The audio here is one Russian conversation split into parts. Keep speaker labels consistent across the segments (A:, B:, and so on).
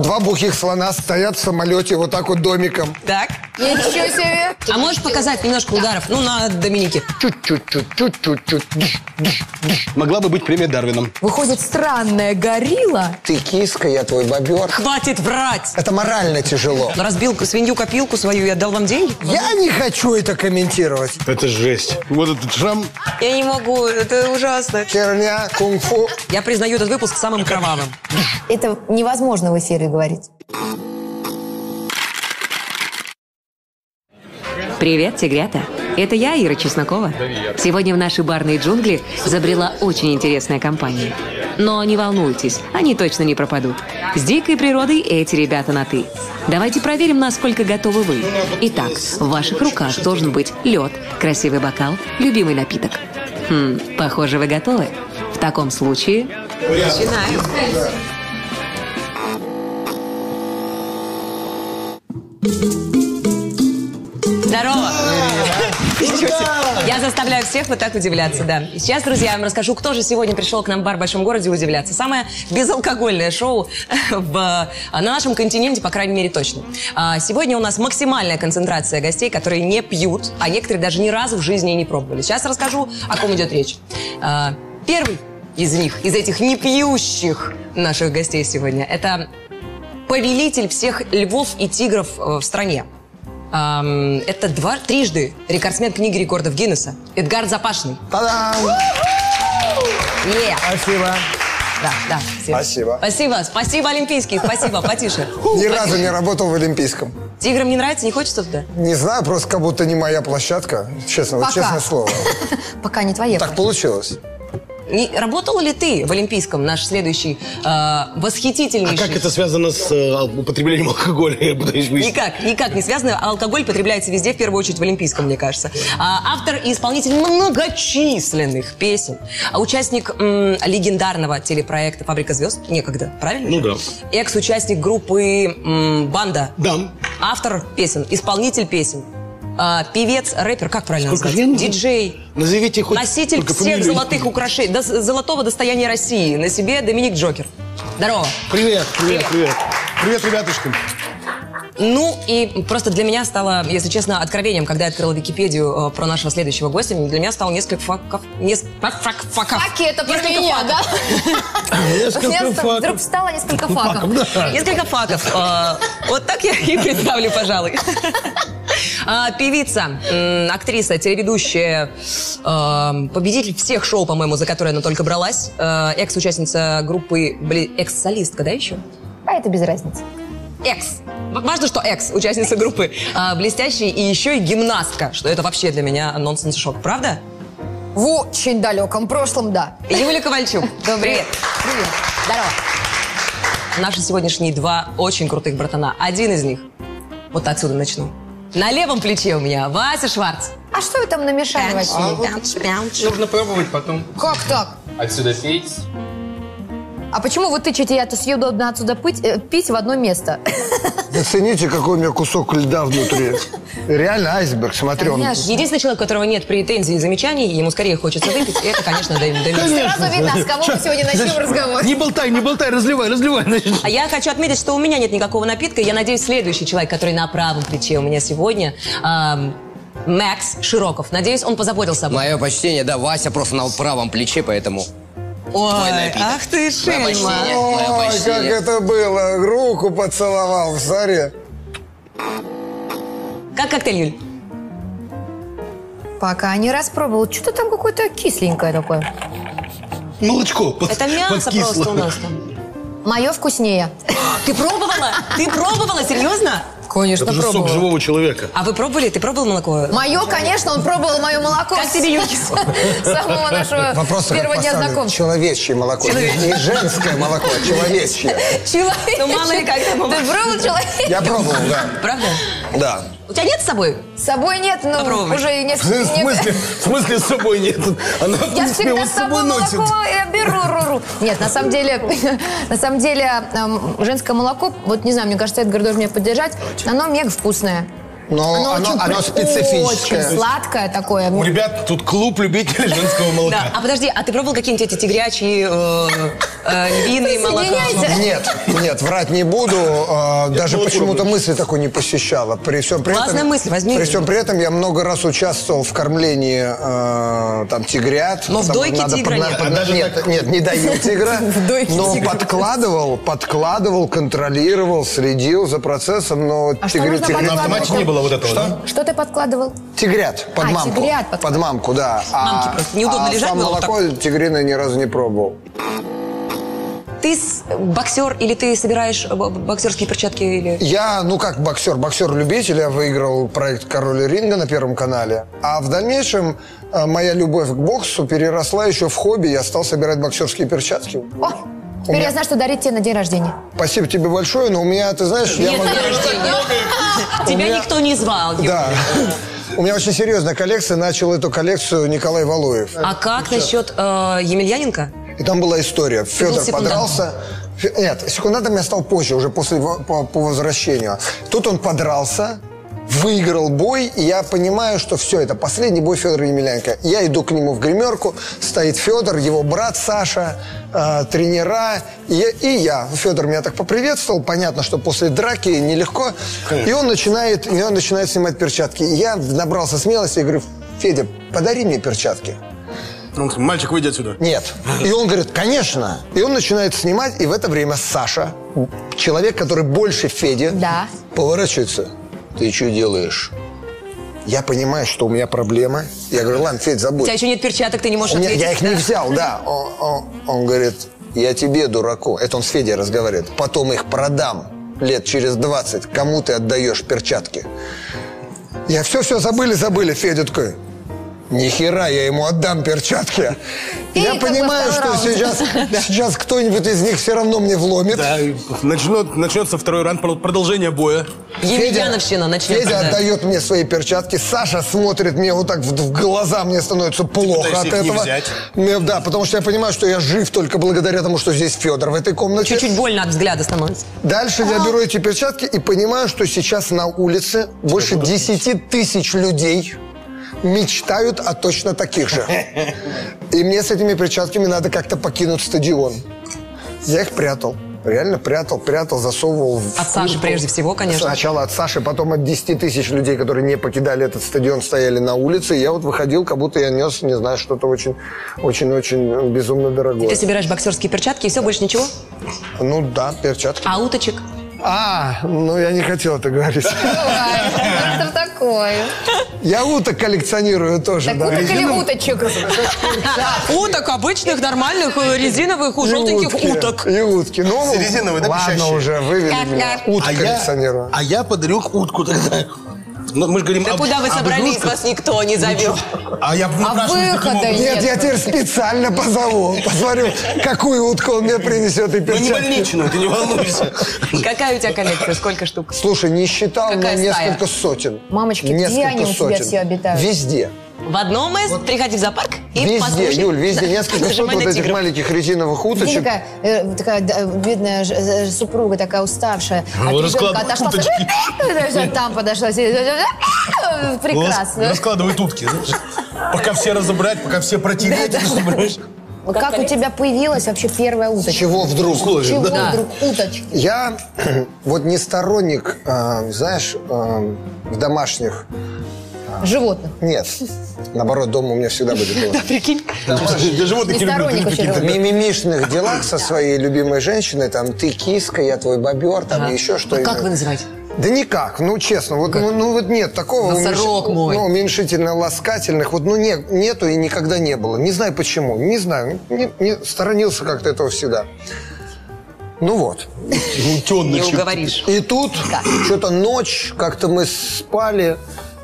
A: Два бухих слона стоят в самолете вот так вот домиком.
B: Так.
C: Ничего себе!
B: А можешь показать немножко ударов? Ну, на Доминике.
A: Чуть-чуть-чуть-чуть-чуть-чуть.
D: Могла бы быть премия Дарвином.
C: Выходит, странная горилла.
A: Ты киска, я твой бобер.
B: Хватит врать!
A: Это морально тяжело.
B: Разбил свинью копилку свою и отдал вам деньги?
A: Я не хочу это комментировать.
D: Это жесть. Вот этот шрам.
B: Я не могу, это ужасно.
A: Херня, кунг-фу.
B: Я признаю этот выпуск самым кровавым.
C: Это невозможно в эфире говорить.
E: Привет, тигрята! Это я, Ира Чеснокова. Сегодня в наши барные джунгли забрела очень интересная компания. Но не волнуйтесь, они точно не пропадут. С дикой природой эти ребята на «ты». Давайте проверим, насколько готовы вы. Итак, в ваших руках должен быть лед, красивый бокал, любимый напиток. Хм, похоже, вы готовы. В таком случае...
B: Начинаю. Здорово! Ничего себе. Я заставляю всех вот так удивляться, да. И сейчас, друзья, я вам расскажу, кто же сегодня пришел к нам в бар в Большом Городе удивляться. Самое безалкогольное шоу в, а, на нашем континенте, по крайней мере, точно. А, Сегодня у нас максимальная концентрация гостей, которые не пьют, а некоторые даже ни разу в жизни и не пробовали. Сейчас расскажу, о ком идет речь. А, Первый из них, из этих непьющих наших гостей сегодня, это повелитель всех львов и тигров э, в стране. Ам, это два, трижды рекордсмен книги рекордов Гиннесса. Эдгар Запашный.
A: Та-дам!
B: Е,
A: Спасибо.
B: Да, да.
A: Спасибо.
B: Спасибо. Спасибо, спасибо, Олимпийский, спасибо, потише.
A: Ни разу не работал в Олимпийском.
B: Тиграм не нравится, не хочется туда?
A: Не знаю, просто как будто не моя площадка. Честно, вот
C: Пока.
A: честное слово.
C: Пока не твоя.
A: Так получилось.
B: Не, работал ли ты в Олимпийском, наш следующий э,
D: А
B: восхитительнейший?
D: как это связано с э, употреблением алкоголя? Я пытаюсь выяснить.
B: Никак, никак не связано. Алкоголь потребляется везде, в первую очередь в Олимпийском, мне кажется. А, автор и исполнитель многочисленных песен. А участник м, легендарного телепроекта «Фабрика звезд» некогда, правильно?
D: Ну да.
B: Экс-участник группы м, «Банда».
D: Да.
B: Автор песен, исполнитель песен. а, певец, рэпер, как правильно
D: Сколько же
B: назвать?
D: я-
B: Диджей.
D: Назовите хоть
B: Носитель
D: только
B: всех
D: фамилию.
B: золотых украшений, дос- золотого достояния России. На себе Доминик Джокер. Здорово.
D: Привет, привет, привет. Привет, ребятушки.
B: Ну и просто для меня стало, если честно, откровением, когда я открыла Википедию э, про нашего следующего гостя, для меня стало несколько факов, нес- фак- фак- факов.
C: Факи это про
B: Несколько
C: меня, да?
D: Несколько
C: Вместо- Вдруг
D: фактов.
C: встало несколько факов.
D: Да.
B: Несколько факов. Э, Вот так я и представлю, пожалуй. А, Певица, м, актриса, телеведущая, э, победитель всех шоу, по-моему, за которые она только бралась, э, экс-участница группы, блин, экс-солистка, да, еще?
C: А это без разницы.
B: Экс. В- Важно, что экс, участница группы, а, блестящий и еще и гимнастка, что это вообще для меня нонсенс-шок, правда?
C: В очень далеком прошлом, да.
B: Юлия Ковальчук. Привет.
C: Привет. Здорово.
B: Наши сегодняшние два очень крутых братана. Один из них. Вот отсюда начну. На левом плече у меня Вася Шварц.
C: А что вы там намешали вообще?
F: Нужно пробовать потом.
C: А Как так?
F: Отсюда пить.
C: А почему вы тычете я-то съедобно отсюда пыть, э, пить в одно место?
A: Оцените, какой у меня кусок льда внутри. Реально айсберг, смотри, он...
C: Конечно.
B: Единственный человек, у которого нет претензий и замечаний, ему скорее хочется выпить, это, конечно, Дэвид
A: ну,
B: Дэвид.
C: Сразу видно, с кого мы сегодня начнем разговор.
D: Не болтай, не болтай, разливай, разливай. значит.
B: А я хочу отметить, что у меня нет никакого напитка. Я надеюсь, следующий человек, который на правом плече у меня сегодня, эм, Макс Широков. Надеюсь, он позаботился обо мне.
G: Мое почтение, да, Вася просто на правом плече, поэтому...
B: Ой,
G: напиток.
B: ах ты
G: Мое
B: шельма.
G: почтение, мое
A: Ой, как
G: почтение.
A: это было. Руку поцеловал в заре.
B: Как коктейль, Юль?
C: Пока не распробовал. Что-то там какое-то кисленькое такое.
D: Молочко под-
B: Это мясо
D: подкисло.
B: просто у нас там.
C: Мое вкуснее.
B: Ты пробовала? Ты пробовала? Серьезно?
C: Конечно,
D: Это же сок живого человека.
B: А вы пробовали? Ты пробовал молоко?
C: Мое, конечно, он пробовал мое молоко.
B: Как тебе, Юлька?
C: С самого нашего
A: Вопрос
C: первого дня знакомства.
A: Человечье молоко. Не не женское молоко, а человечье.
C: Человек.
B: Ну, мало ли как
C: Ты
B: там бывает.
C: пробовал человек?
A: Я пробовал, да.
B: Правда?
A: Да.
B: У тебя нет с собой?
C: С собой нет, но
B: Попробуй.
C: уже
D: В
C: несколько...
D: смысле, в смысле с собой нет? Она, в
C: Я
D: принципе,
C: всегда
D: его
C: с собой молоко я беру, ру, ру. Нет, на самом деле, на самом деле, эм, женское молоко, вот не знаю, мне кажется, Эдгар должен меня поддержать, оно мега вкусное.
A: Но
C: Оно,
A: оно,
C: очень,
A: оно
C: при-
A: специфическое.
C: очень сладкое такое.
D: У ребят тут клуб любителей женского
B: Да,
D: молока.
B: а подожди, а ты пробовал какие-нибудь эти тигрячьи, э, э, львиные молока?
C: Присоединяйте.
A: Нет, нет, врать не буду. а, даже
D: молоко
A: почему-то мысли такой не посещала. При всем при
B: Классная
A: этом,
B: мысль, возьми.
A: При всем при этом я много раз участвовал в кормлении э, там тигрят.
B: Но в
A: Там
B: дойке
A: надо
B: тигра
A: подна-
B: нет.
A: подна-
D: А даже
A: нет, нет, не даю тигра.
C: В дойке
A: Но
C: тигра.
A: подкладывал, подкладывал, контролировал, следил за процессом. Но
C: А что
A: тигры-
C: нужно
A: тигрят-
D: На автомате не было вот этого, да?
C: Что ты подкладывал?
A: Тигрят под
C: А,
A: мамку.
C: тигрят под-
A: под... мамку, да. А-
B: Мамке просто неудобно
A: а
B: лежать,
A: сам
B: но вот так.
A: молоко тигриное ни разу не пробовал.
B: Ты с- боксер или ты собираешь бо- боксерские перчатки или...
A: Я, ну как боксер, боксер-любитель, я выиграл проект «Король ринга» на Первом канале. А в дальнейшем э, моя любовь к боксу переросла еще в хобби. Я стал собирать боксерские перчатки.
C: О, теперь я знаю, что дарить тебе на день рождения.
A: Спасибо тебе большое, но у меня, ты знаешь, я
B: Нет,
A: могу...
B: день рождения. Тебя
A: меня-
B: никто не звал. Юр.
A: Да. У меня очень серьезная коллекция. Начал эту коллекцию Николай Валуев.
B: А как насчет э, Емельяненко?
A: И там была история. Федор
B: секундантом.
A: подрался. Фе- Нет, секундантом я стал позже, уже после во- по, по возвращению. Тут он подрался, выиграл бой, и я понимаю, что все, это последний бой Федора Емельяненко. Я иду к нему в гримерку, стоит Федор, его брат Саша, э, тренера, и, я- и я. Федор меня так поприветствовал, понятно, что после драки нелегко. И он начинает, и он начинает снимать перчатки. И я набрался смелости и говорю, Федя, подари мне перчатки.
D: Он говорит, Ну, Мальчик, выйди отсюда.
A: Нет. И он говорит, конечно. И он начинает снимать, и в это время Саша, человек, который больше Феди,
C: Да.
A: поворачивается. Ты что делаешь? Я понимаю, что у меня проблемы. Я говорю, ладно, Федь,
B: У
A: забудь.
B: тебя еще нет перчаток, ты не можешь
A: У меня-
B: ответить.
A: я их не взял, да. Он, он- он говорит, я тебе, дураку. Это он с Федей разговаривает. Потом их продам лет через 20. Кому ты отдаешь перчатки? Я все-все забыли, забыли. Федя такой, нихера, я ему отдам перчатки.
C: И
A: я
C: как бы
A: понимаю, что
C: второй
A: сейчас, сейчас кто-нибудь из них все равно мне вломит.
D: Да, и начнет- начнется второй раунд, про- продолжение боя.
B: Емельяновщина начнется.
A: Федя
B: да.
A: отдает мне свои перчатки, Саша смотрит мне вот так в, в глаза, мне становится плохо
D: пытаешься
A: от
D: Типа, их не
A: этого.
D: взять?
A: Мне- да, потому что я понимаю, что я жив только благодаря тому, что здесь Федор в этой комнате.
B: Чуть-чуть больно от взгляда становится.
A: Дальше я беру эти перчатки и понимаю, что сейчас на улице больше 10 тысяч людей мечтают о точно таких же. И мне с этими перчатками надо как-то покинуть стадион. Я их прятал. Реально прятал, прятал, засовывал. в
B: От Саши
A: куртку.
B: прежде всего, конечно.
A: Сначала от Саши, потом от 10 тысяч людей, которые не покидали этот стадион, стояли на улице. И я вот выходил, как будто я нес, не знаю, что-то очень, очень, очень безумно дорогое.
B: Ты собираешь боксерские перчатки и все, больше ничего?
A: Ну да, перчатки.
B: А уточек?
A: А, ну я не хотел это говорить.
C: Бывает. Что такое?
A: Я уток коллекционирую
D: Ну
A: тоже,
C: Так
A: да.
C: уток или уточек?
B: Уток обычных, нормальных, э, резиновых, у
A: И
B: желтеньких
A: утки,
B: уток.
A: И утки. Ну,
D: Резиновые, да,
A: ладно
D: пищащие?
A: уже, вывели меня. Уток
D: А я,
A: коллекционирую.
D: а я подарю утку тогда. Ну, мы же говорим
B: Да
D: об-
B: куда вы
D: об
B: собрались,
D: игрушках.
B: вас никто
A: Ну
B: не зовет.
D: А я
C: А выхода
A: Нет, я теперь специально позову. Посмотрю, какую утку он мне принесет и
D: Ну не
A: перчатки.
D: больничную, ты не волнуйся.
B: Какая у тебя коллекция, сколько штук?
A: Слушай, не считал, но
B: Какая стая?
A: несколько сотен.
C: Мамочки, где
A: Несколько
C: они у тебя
A: сотен.
C: все обитают?
A: Везде.
B: В одном из, приходи в зоопарк и
A: везде,
B: послушай.
A: Юль, везде несколько сотен
B: Нажимай
A: вот
B: на
A: этих
B: тигра.
A: маленьких резиновых
C: Ты
A: уточек.
C: такая, э, такая да, видная ж- э, супруга, такая уставшая. А От
D: Вот
C: ребенка
D: раскладывает
C: отошла, смотри, Э, там подошла.
D: Рас-
C: Прекрасно.
D: Раскладывают утки, знаешь. Пока все разобрать, пока все протереть. собираешь.
C: Как у тебя появилась вообще первая уточка?
A: Чего вдруг?
C: Чего
D: Условие, да.
C: вдруг уточки?
A: Я вот не сторонник, э, знаешь, э, в домашних.
C: Животных.
A: Нет. Наоборот, дома у меня всегда будет. было.
D: Я животных
C: Не
D: не люблю.
C: сторонник
D: люблю
C: очень
D: какие-то.
A: в мимимишных делах со своей любимой женщиной, там, ты киска, я твой бобер, там, еще
B: А
A: что-нибудь.
B: как вы называете?
A: Да никак, ну честно, вот, ну, ну, вот нет такого
B: Носорог мой.
A: ну, уменьшительно-ласкательных, вот ну не- нету и никогда не было. Не знаю почему, не знаю, не- не- сторонился как-то этого всегда. Ну вот.
B: Не
D: Утеночек.
B: уговоришь.
A: И тут что-то ночь, как-то мы спали.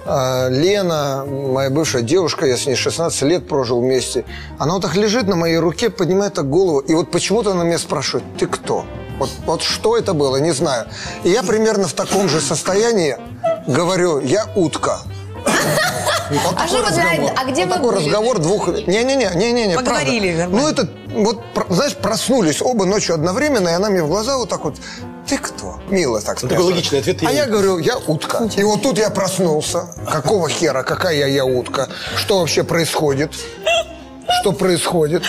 A: А, Лена, моя бывшая девушка, я с ней 16 лет прожил вместе. Она вот так лежит на моей руке, поднимает так голову. И вот почему-то она меня спрашивает, ты кто? Вот, вот что это было, не знаю. И я примерно в таком же состоянии говорю, я утка. Вот
C: А
A: такой
C: что вы
A: разговор.
C: знаете, а где
A: Вот
C: вы
A: такой
C: были?
A: разговор двух... Не-не-не, не-не-не, правда.
B: Поговорили нормально.
A: Ну, это, вот, про- знаешь, проснулись оба ночью одновременно, и она мне в глаза вот так вот, ты кто? Мило так
D: Ну, такой
A: спрашивает.
D: логичный ответ, ты
A: А
D: не
A: я говорю, я утка. И вот тут я проснулся. Какого хера? Какая я, я утка? Что вообще происходит? Что происходит?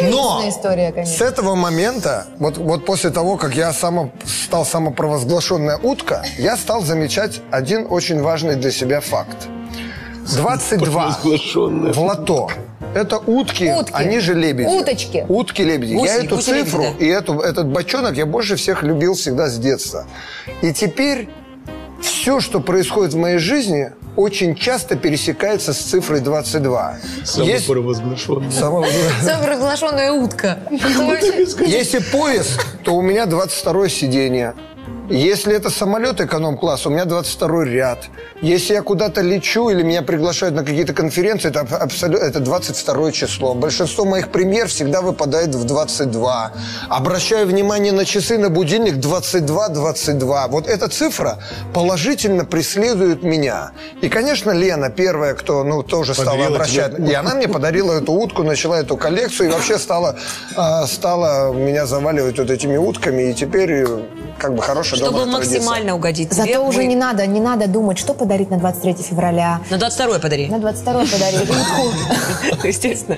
A: Но
C: Грустная история,
A: с
C: конечно.
A: этого момента, вот, вот после того, как я само, стал самопровозглашенная утка, я стал замечать один очень важный для себя факт. 22
D: Разглашенная.
A: в лото. Это утки,
C: Утки.
A: они же лебеди.
C: Уточки.
A: Утки-лебеди. Я
B: Гуси,
A: эту
B: гуси-лебеди,
A: цифру
B: да.
A: и эту, этот бочонок я больше всех любил всегда с детства. И теперь все, что происходит в моей жизни, очень часто пересекается с цифрой 22. Есть-
D: Самопровозглашенная.
A: Само-
C: Самопровозглашенная утка. Это вообще-
A: Если поезд, то у меня 22 сиденье. Если это самолет эконом-класс, у меня 22 ряд. Если я куда-то лечу или меня приглашают на какие-то конференции, это, аб- абсолю- это 22 число. Большинство моих премьер всегда выпадает в 22. Обращаю внимание на часы, на будильник 22-22. Вот эта цифра положительно преследует меня. И, конечно, Лена первая, кто ну, тоже стала
D: Подарила
A: обращать.
D: тебе
A: И она мне подарила эту утку, начала эту коллекцию и вообще стала, а, стала меня заваливать вот этими утками. И теперь э, как бы хорошая
B: Чтобы
A: добрая традиция.
B: максимально угодить тебе,
C: Зато уже
B: мы-
C: не надо, не надо думать, что подарить на 23 февраля.
B: На 22 подари.
C: На 22 подарить утку.
B: Естественно.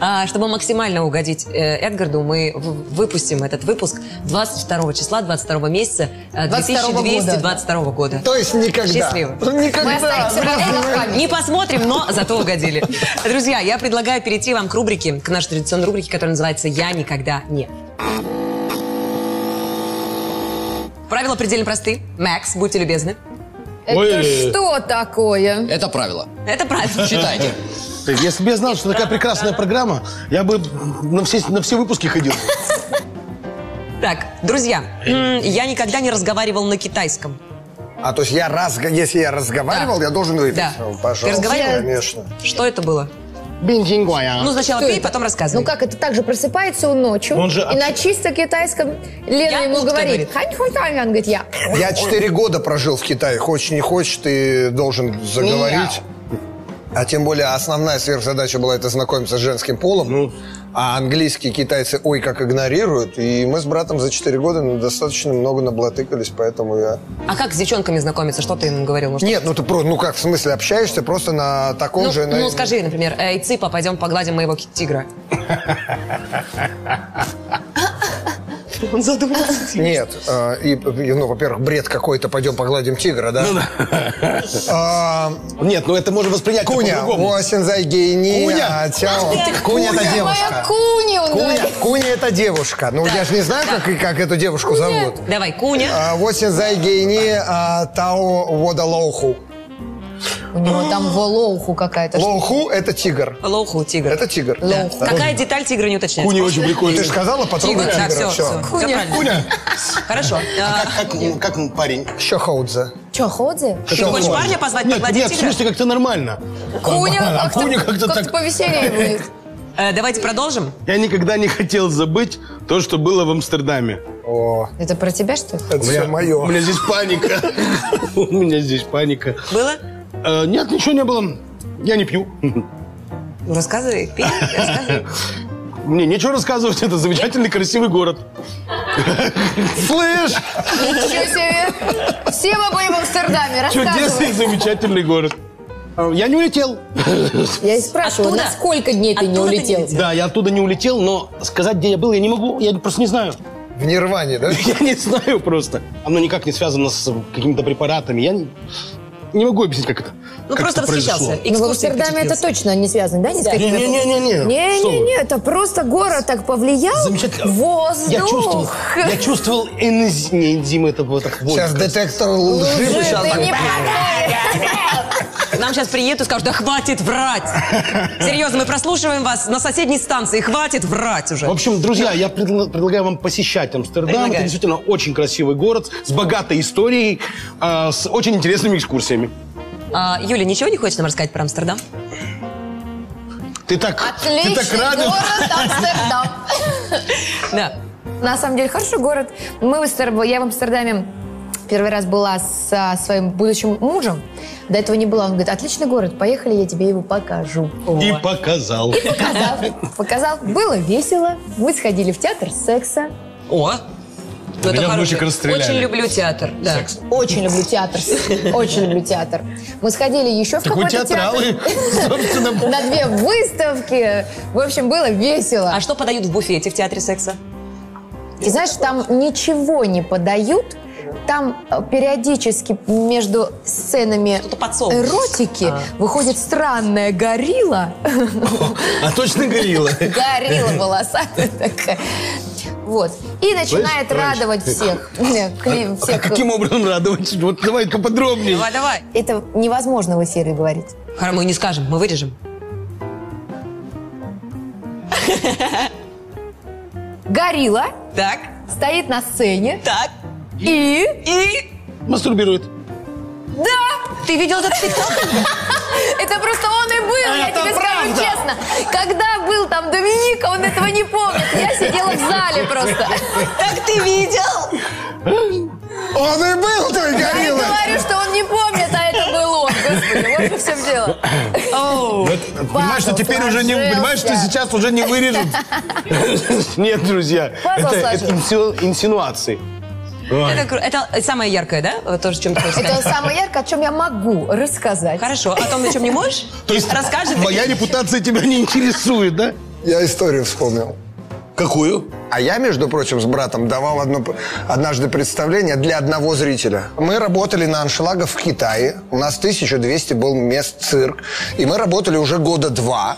B: А, Чтобы максимально угодить э, Эдгарду, мы в- выпустим этот выпуск 22 числа, 22 месяца э,
C: 22
B: 2222 года.
A: То есть никогда.
B: Счастливо.
A: Ну, Никогда.
C: Мы останемся
A: блин.
C: в
B: Не посмотрим, но зато угодили. Друзья, я предлагаю перейти вам к рубрике, к нашей традиционной рубрике, которая называется «Я никогда не». Правила предельно просты. Макс, будьте любезны.
C: Это
D: Ой.
C: что такое?
G: Это правило.
B: Это правильно.
G: Читайте.
D: Если бы я знал, что такая прекрасная программа, я бы на все, на все выпуски ходил.
B: Так, друзья, м, я никогда не разговаривал на китайском.
A: А то есть я раз, если я разговаривал,
B: Да.
A: я должен выпить.
B: Да.
A: Ну,
B: Ты
A: Пожалуйста,
B: разговаривал?
A: конечно.
B: Что это было? Ну, сначала
C: Что
B: пей,
C: это?
B: потом рассказывай.
C: Ну как, это так же просыпается он ночью,
D: Он же
C: и на чисто китайском Лена
B: Я
C: ему
B: утка,
C: говорит,
B: говорит.
C: «Хань хун тань», он говорит, я.
A: Я четыре года прожил в Китае. Хочешь, не хочешь, ты должен заговорить. А тем более основная сверхзадача была это знакомиться с женским полом. А английские китайцы ой как игнорируют. И мы с братом за четыре года ну, достаточно много наблатыкались, поэтому я...
B: А как с девчонками знакомиться? Что ты им говорил? Может,
A: Нет, ну ты про, ну как, в смысле, общаешься просто на таком
B: ну,
A: же... на-
B: ну, скажи, например, «Эй, Цыпа, пойдем погладим моего ки- тигра». Он задумался.
A: Нет, э, и, и, ну, во-первых, бред какой-то, пойдем погладим тигра,
D: Ну,
A: да? А,
D: Нет, ну это можно воспринять
A: Куня,
D: по-другому.
A: Осензай гейни,
D: Куня?
A: а, тяо. Куня это
C: Моя
A: девушка.
C: куни, он
A: Куня,
C: говорит.
A: Куня это девушка. Ну, я же не знаю, как, и- как эту девушку зовут.
B: Давай, Куня.
A: А, Восемь зай гейни а, тао вода лоуху.
C: У него там волоуху какая-то.
A: Лоуху – это тигр.
B: Лоху, тигр.
A: Это тигр.
B: Да. Какая деталь тигра не уточняется?
D: Куня очень
A: Ты
D: прикольный.
A: же сказала,
B: Тигр,
A: потрогай
B: да, все,
A: тигра.
B: все.
A: Все.
B: Куня. Хорошо. А,
D: Как, как, как парень?
A: Еще Хоудзе.
C: Че, ходзи?
B: Ты хочешь парня позвать,
D: Нет,
B: погладить
D: нет, в
B: тигра?
D: смысле, как-то нормально.
C: Куня
D: А
C: как-то
D: Куня как-то
C: как-то
D: так-
C: повеселее будет.
B: Э, Давайте продолжим.
D: Я никогда не хотел забыть то, что было в Амстердаме.
A: О,
C: Это про тебя, что ли?
A: это все
D: У
A: мое.
D: меня здесь паника. У меня здесь паника.
B: Было?
D: Э, Нет, ничего не было. Я не пью.
B: Ну, рассказывай, пей, рассказывай.
D: Мне нечего рассказывать, это замечательный, красивый город. Слышь,
C: Ничего себе. Все мы были в Амстердаме,
D: чудесный,
C: рассказывай.
D: замечательный город. Э, Я не улетел.
C: Я и спрашиваю,
B: Оттуда?
C: на сколько дней ты не
B: Оттуда ты не
C: улетел?
B: летел?
D: Да, я оттуда не улетел, но сказать, где я был, я не могу. Я просто не знаю.
A: В Нирване, да?
D: Я не знаю просто. Оно никак не связано с какими-то препаратами. Я не, не могу объяснить, как это
B: Ну,
D: как
B: просто
D: это произошло.
B: восхищался.
C: Ну, в
B: Экскурсии
C: Амстердаме это
B: впечатлился.
C: точно не связано, да? ни с какими?
D: Не-не-не-не-не. Что вы?
C: Не-не-не, это просто город так повлиял.
D: Замечательно.
C: Воздух.
D: Я чувствовал, я чувствовал энзи- не энзим этого так вот.
A: Сейчас детектор лжи.
C: Лжи,
A: сейчас
C: ты
A: будет.
C: не
B: К Нам сейчас приедут и скажут, да хватит врать. Серьезно, мы прослушиваем вас на соседней станции. Хватит врать уже.
D: В общем, друзья, я предла- предлагаю вам посещать Амстердам.
B: Предлагаю.
D: Это действительно очень красивый город с богатой историей, а, с очень интересными экскурсиями.
B: А, Юля, ничего не хочешь нам рассказать про Амстердам?
D: Ты так,
C: Отличный
D: ты так рада?
C: город Амстердам.
B: Да.
C: На самом деле хороший город. Мы в Амстердам- я в Амстердаме первый раз была со своим будущим мужем. До этого не была. Он говорит, отличный город, поехали, я тебе его покажу.
D: И показал.
C: Показал, показал. Было весело. Мы сходили в театр секса.
B: О, Ну, это
D: Меня в
B: хороший.
D: лучик расстреляли.
B: Очень люблю театр. Да.
C: Очень люблю театр. Очень люблю театр. Мы сходили еще в
D: Так вы
C: какой-то театр.
D: театралы, собственно.
C: На две выставки. В общем, было весело.
B: А что подают в буфете в театре секса?
C: Ты знаешь, там ничего не подают. Там э, периодически между сценами
B: Что-то подсовывают.
C: эротики выходит странная горилла.
D: А точно горилла.
C: Горилла волосатая такая. Вот. И начинает
D: Слышь,
C: радовать всех. Кли-
D: А
C: всех.
D: каким образом радовать? Вот давай-ка подробнее.
B: Давай, давай.
C: Это невозможно в эфире говорить.
B: Хорошо, мы не скажем, мы вырежем.
C: Горилла
B: Так,
C: стоит на сцене
B: так.
C: и...
B: И...
D: Мастурбирует.
C: Да!
B: Ты видел этот спектакль?
C: Это просто он и был, я тебе скажу честно. Когда был там Доминика, он этого не помнит. Я сидела в зале просто.
B: Так ты видел?
A: Он и был той
C: Я и
A: гориллой!
C: говорю, что он не помнит, а это был он. Господи, вот в чем дело.
D: Понимаешь, что теперь уже не...
C: сложился.
D: Понимаешь, что сейчас уже не вырежут? Нет, друзья.
C: Пазл
D: это- Это инсину- инсинуации.
B: Это, кру- это самое яркое, да? Вот То, чем ты хочешь
C: Это
B: сказать.
C: самое яркое, о чем я могу рассказать.
B: Хорошо, о том, о чем не можешь?
D: То есть
B: Расскажи. ты.
D: моя репутация тебя не интересует, да?
A: Я историю вспомнил.
D: Какую?
A: А я, между прочим, с братом давал одно, однажды представление для одного зрителя. Мы работали на аншлагах в Китае. У нас 1200 был мест цирк. И мы работали уже года два.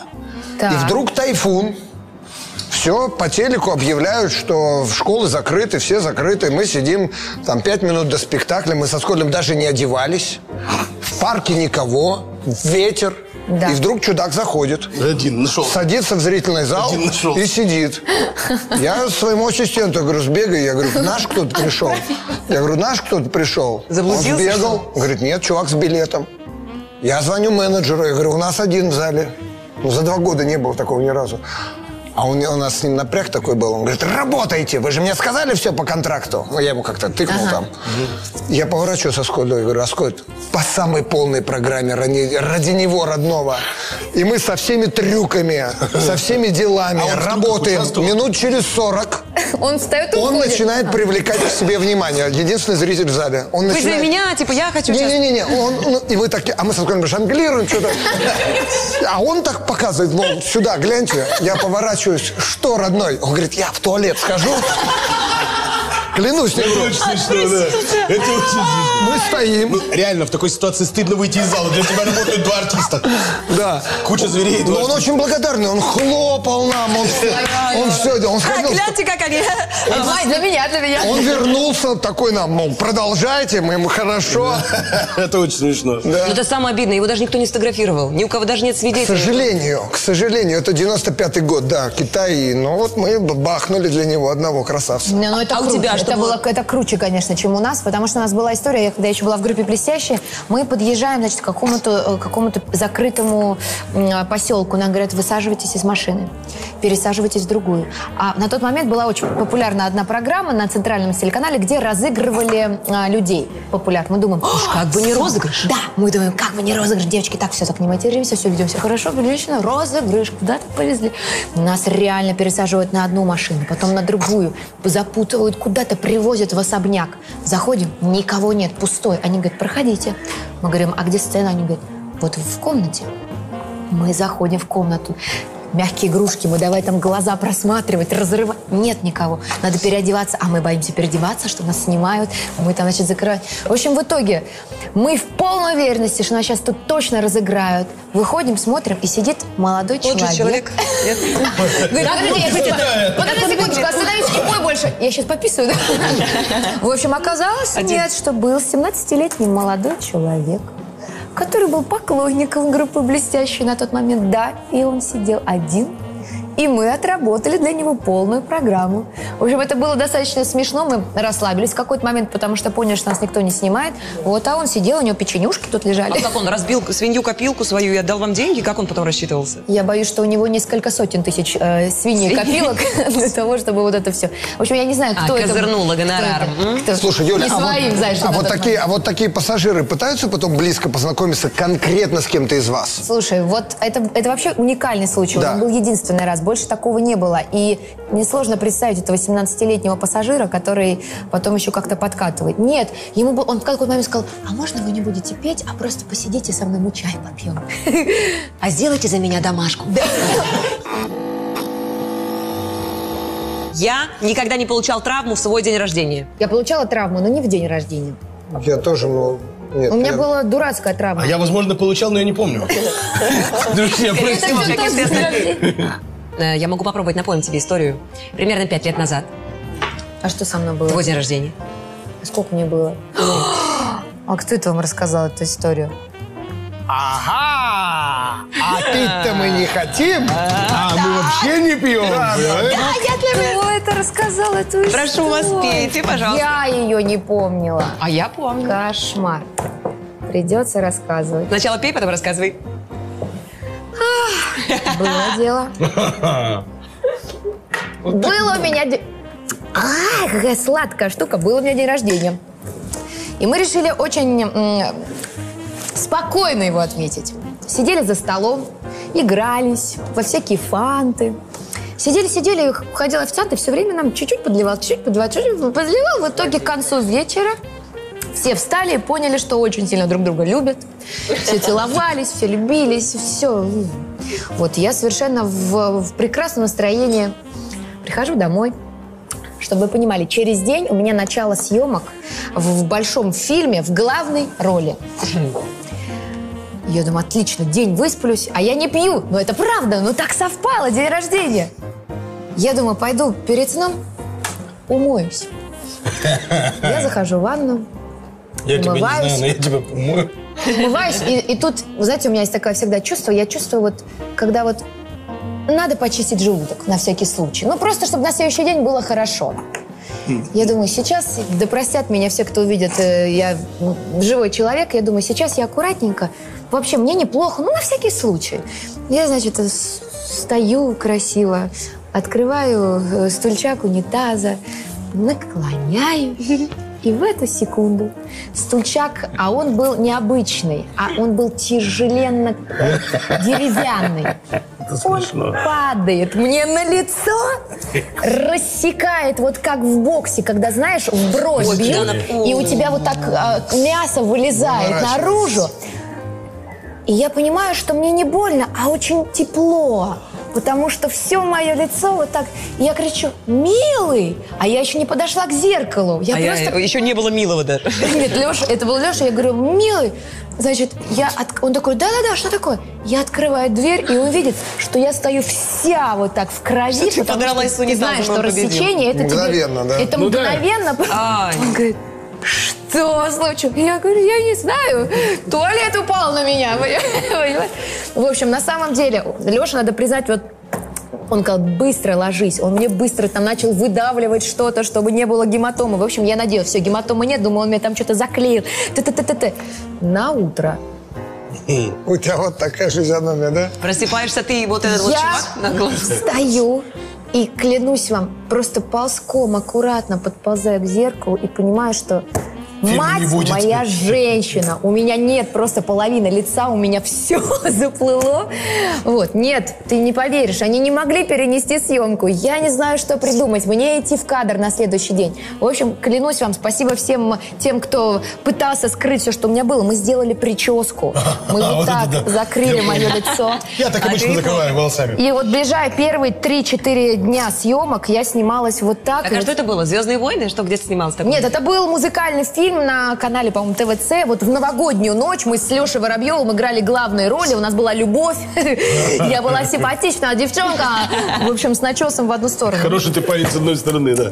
C: Так.
A: И вдруг тайфун. Все, по телеку объявляют, что в школы закрыты, все закрыты. Мы сидим там пять минут до спектакля, мы со Сколем даже не одевались. В парке никого, ветер.
C: Да.
A: И вдруг чудак заходит.
D: Один нашел.
A: Садится в зрительный зал
D: Один нашел.
A: и сидит. Я своему ассистенту говорю, сбегай. Я говорю, наш кто-то пришел. Я говорю, наш кто-то пришел.
B: Заблудился,
A: Он
B: что
A: сбегал.
B: ли?
A: Говорит, нет, чувак с билетом. Я звоню менеджеру. Я говорю, у нас один в зале. Ну, за два года не было такого ни разу. А он- у нас с ним напряг такой был. Он говорит, работайте, вы же мне сказали все по контракту. Ну, я ему как-то тыкнул там. Я поворачиваюсь со Скольдой и говорю, Аскольд, по самой полной программе ради, ради него, родного. И мы со всеми трюками, со всеми делами
D: А он в трюках
A: работаем.
D: участвовал?
A: Минут через 40
C: Он встает и
A: он
C: уходит.
A: начинает привлекать к себе внимание. Единственный зритель в зале. Он
B: Вы за
A: начинает...
B: меня, типа, я хочу сейчас.
A: Не-не-не, он, ну, и мы такие, а мы со Скольдом жонглируем что-то. А он так показывает, мол, сюда, гляньте. Я поворачиваюсь, что, родной? Он говорит, я в туалет схожу. Клянусь, не вру.
D: Точно, что да. Это очень смешно.
A: мы стоим.
D: Ну, Реально, в такой ситуации стыдно выйти из зала. Для тебя работают два артиста.
A: Да.
D: Куча зверей.
A: Но
D: два
A: он
D: артиста.
A: очень благодарный, он хлопал нам, он все, он все делал, он
B: А,
A: сходил.
B: гляньте, как они...
C: Давай, для меня, для меня.
A: Он вернулся такой нам, мол, продолжайте, мы ему хорошо.
D: Это очень смешно.
B: Ну, это самое обидное, его даже никто не сфотографировал. Ни у кого даже нет
A: К
B: свидетелей.
A: сожалению, к сожалению, это 95-й год, да, Китай. Но вот мы б- бахнули для него одного красавца.
C: Не, ну это
B: А у
C: круче.
B: тебя что
C: это
B: было?
C: было? Это круче, конечно, чем у нас, потому что у нас была история, я когда еще была в группе «Блестящие», мы подъезжаем, значит, к какому-то э, какому-то закрытому м, поселку. Нам говорят, высаживайтесь из машины, пересаживайтесь в другую. А на тот момент была очень популярна одна программа на центральном телеканале, где разыгрывали а, людей популярных. Мы думаем,
B: Как бы не розыгрыш.
C: да, мы думаем, как бы не розыгрыш, девочки, так все, так не материмся, все ведем, все хорошо, прилично, розыгрыш, куда-то повезли. Нас реально пересаживают на одну машину, потом на другую, запутывают куда-то, привозят в особняк. Заходим, никого нет, пустой. Они говорят, проходите. Мы говорим, а где сцена? Они говорят, вот в комнате. Мы заходим в комнату. Мягкие игрушки, мы давай там глаза просматривать, разрывать. Нет никого. Надо переодеваться. А мы боимся переодеваться, что нас снимают. Мы там, значит, закрывают. В общем, в итоге мы в полной уверенности, что нас сейчас тут точно разыграют. Выходим, смотрим, и сидит молодой
B: Тот же человек. Нет?
C: Говорит, подождите, я хочу- подожди секундочку, остановись, не пой больше. Я сейчас пописываю. да? В общем, оказалось, нет, что был 17-летний молодой человек, который был поклонником группы «Блестящий» на тот момент. Да, и он сидел один и мы отработали для него полную программу. В общем, это было достаточно смешно. Мы расслабились в какой-то момент, потому что поняли, что нас никто не снимает. Вот, а он сидел, у него печенюшки тут лежали.
B: А как он разбил свинью-копилку свою и отдал вам деньги? Как он потом рассчитывался?
C: Я боюсь, что у него несколько сотен тысяч э, свиней копилок для того, чтобы вот это все. В общем, я не знаю,
B: А,
C: кто это.
B: козырнула гонораром,
C: кто это- кто-
A: Слушай, Юля,
C: не
A: а,
C: своим,
A: вот,
C: знаешь,
A: а
C: на
A: вот
C: тот
A: такие,
C: момент.
A: а вот такие пассажиры пытаются потом близко познакомиться конкретно с кем-то из вас?
C: Слушай, вот это, это вообще уникальный случай.
A: Да.
C: Он был единственный раз. больше такого не было. И несложно представить этого 17-летнего пассажира, который потом еще как-то подкатывает. Нет, ему бы, он в какой-то момент сказал, а можно вы не будете петь, а просто посидите со мной, мы чай попьем.
E: А сделайте за меня домашку.
B: Я никогда не получал травму в свой день рождения.
C: Я получала травму, но не в день рождения.
A: Я тоже, ну... Нет,
C: У меня
A: я-
C: была дурацкая травма.
D: А я, возможно, получал, но я не помню. Друзья, простите.
B: Максимов, как известно. Э, Я могу попробовать напомнить тебе историю. Примерно пять лет назад,
C: А что со мной было?
B: твой день рождения.
C: Сколько мне было? А кто это вам рассказал эту историю?
A: Ага! А пить-то мы не хотим.
D: А, мы вообще не пьем. бля.
C: А я для Кто это рассказал эту историю?
B: Прошу вас, пейте, пожалуйста.
C: Я ее не помнила.
B: А я помню.
C: Кошмар. Придется рассказывать.
B: Сначала пей, потом рассказывай.
C: Было дело. Было у меня... де- Ай, какая сладкая штука. Был у меня день рождения. И мы решили очень м, спокойно его отметить. Сидели за столом, игрались во всякие фанты. Сидели-сидели, и ходил официант и все время нам чуть-чуть подливал, чуть-чуть подливал, чуть-чуть подливал. В итоге к концу вечера все встали и поняли, что очень сильно друг друга любят. Все целовались, все любились, все. Вот я совершенно в, в прекрасном настроении прихожу домой. Чтобы вы понимали, через день у меня начало съемок в, в большом фильме в главной роли. Я думаю, отлично, день высплюсь, а я не пью. Но это правда, ну так совпало, день рождения. Я думаю, пойду перед сном умоюсь. Я захожу в ванну,
D: Я тебя не
C: Умываюсь.
D: знаю, но я тебя помою.
C: умываюсь, и, и тут, вы знаете, у меня есть такое всегда чувство, я чувствую вот, когда вот надо почистить желудок на всякий случай. Ну, просто, чтобы на следующий день было хорошо. Я думаю, сейчас, да простят меня все, кто увидит, э, я м, живой человек, я думаю, сейчас я аккуратненько, вообще мне неплохо, ну, на всякий случай. Я, значит, э, с- стою красиво, открываю э, стульчак унитаза, наклоняю, и в эту секунду стульчак, а он был необычный, а он был тяжеленно э, деревянный. Он падает мне на лицо, рассекает вот как в боксе, когда, знаешь, в бровь бьют, и у тебя вот так э, мясо вылезает
A: Выворачивается.
C: наружу. И я понимаю, что мне не больно, а очень тепло. Потому что все мое лицо вот так. И я кричу, милый! А я еще не подошла к зеркалу. Я
B: а
C: просто
B: я еще не было милого даже.
C: нет, Леша, это был Леша, я говорю, милый, значит, я от- он такой, да-да-да, что такое? Я открываю дверь, и он видит, что я стою вся вот так в крови,
B: ты
C: потому
B: подралась с
C: ты
B: унитазом,
C: знаешь,
B: он
C: что
B: победил.
C: рассечение, это тебе-
A: Мгновенно, да.
C: Это
D: Ну да.
C: мгновенно.
B: А Ань.
C: Он говорит, что случилось? Я говорю, я не знаю, туалет упал на меня. понимаешь? В общем, на самом деле, Леша, надо признать, вот он сказал, быстро ложись. Он мне быстро там начал выдавливать что-то, чтобы не было гематомы. В общем, я надеялась, все, гематомы нет, думаю, он мне там что-то заклеил. Т-т-т-т-т. На утро
A: У тебя вот такая физиономия, да?
B: Просыпаешься ты и вот этот вот
C: Я-
B: чувак на глаз.
C: Встаю и клянусь вам, просто ползком аккуратно подползаю к зеркалу и понимаю, что мать
D: не будет.
C: моя женщина. У меня нет просто половины лица, у меня все заплыло. Вот, нет, ты не поверишь, они не могли перенести съемку. Я не знаю, что придумать. Мне идти в кадр на следующий день. В общем, клянусь вам, спасибо всем тем, кто пытался скрыть все, что у меня было. Мы сделали прическу. Мы вот
D: А, Вот это
C: так
D: да.
C: закрыли
D: Я
C: мое лицо.
D: Я так обычно закрываю волосами.
C: И вот ближай первые 3-4 дня съемок я снималась вот так.
B: Так,
C: И
B: а
C: вот-
B: что это было? «Звездные войны»? Что, где ты снимался такое?
C: Нет, это был музыкальный фильм на канале, по-моему, ТВЦ. Вот в новогоднюю ночь мы с Лешей Воробьевым играли главные роли. У нас была любовь. Я была симпатичная девчонка. а, В общем, с начесом в одну сторону.
D: Хороший ты парень с одной стороны, да.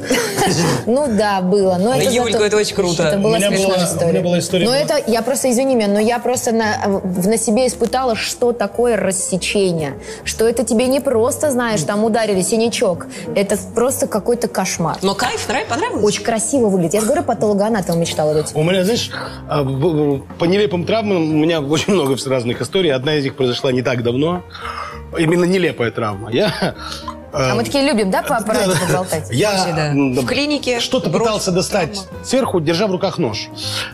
C: Ну да, было. Но это
B: Юлька,
C: зато-
B: это очень круто.
C: Это была
D: У меня
C: смешная
D: была-
C: история.
D: у меня была история
C: Но
D: была.
C: это, я просто, извини меня, но я просто на, в- на себе испытала, что такое рассечение. Что это тебе не просто, знаешь, там ударили синячок. Это просто какой-то кошмар.
B: Но кайф, нравится, понравилось?
C: Очень красиво выглядит. Я же говорю, патологоанатом мечтала быть.
D: У меня, знаешь, а, в- в- по нелепым травмам у меня очень много разных историй. Одна из них произошла не так давно. Именно нелепая травма. Я э,
C: А мы такие любим, да, по аппарату поболтать?
B: Вообще, да.
D: Я м,
B: В клинике
D: Ну, что-то
B: бровь,
D: пытался достать сверху, держа в руках нож.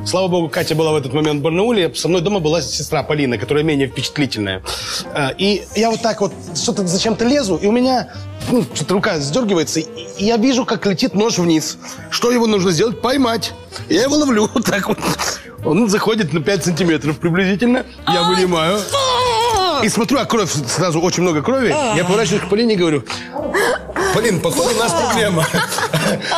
D: Слава богу, Катя была в этот момент в Барнауле. Со мной дома была сестра Полина, которая менее впечатлительная. А, И я вот так вот что-то зачем-то лезу, и у меня ну, что-то рука сдергивается, и и я вижу, как летит нож вниз. Что его нужно сделать? Поймать. Я его ловлю вот так вот. Он заходит на 5 сантиметров приблизительно. Я вынимаю. И смотрю, а кровь, сразу очень много крови. Я поворачиваюсь к Полине и говорю, Полин, походу у нас проблема.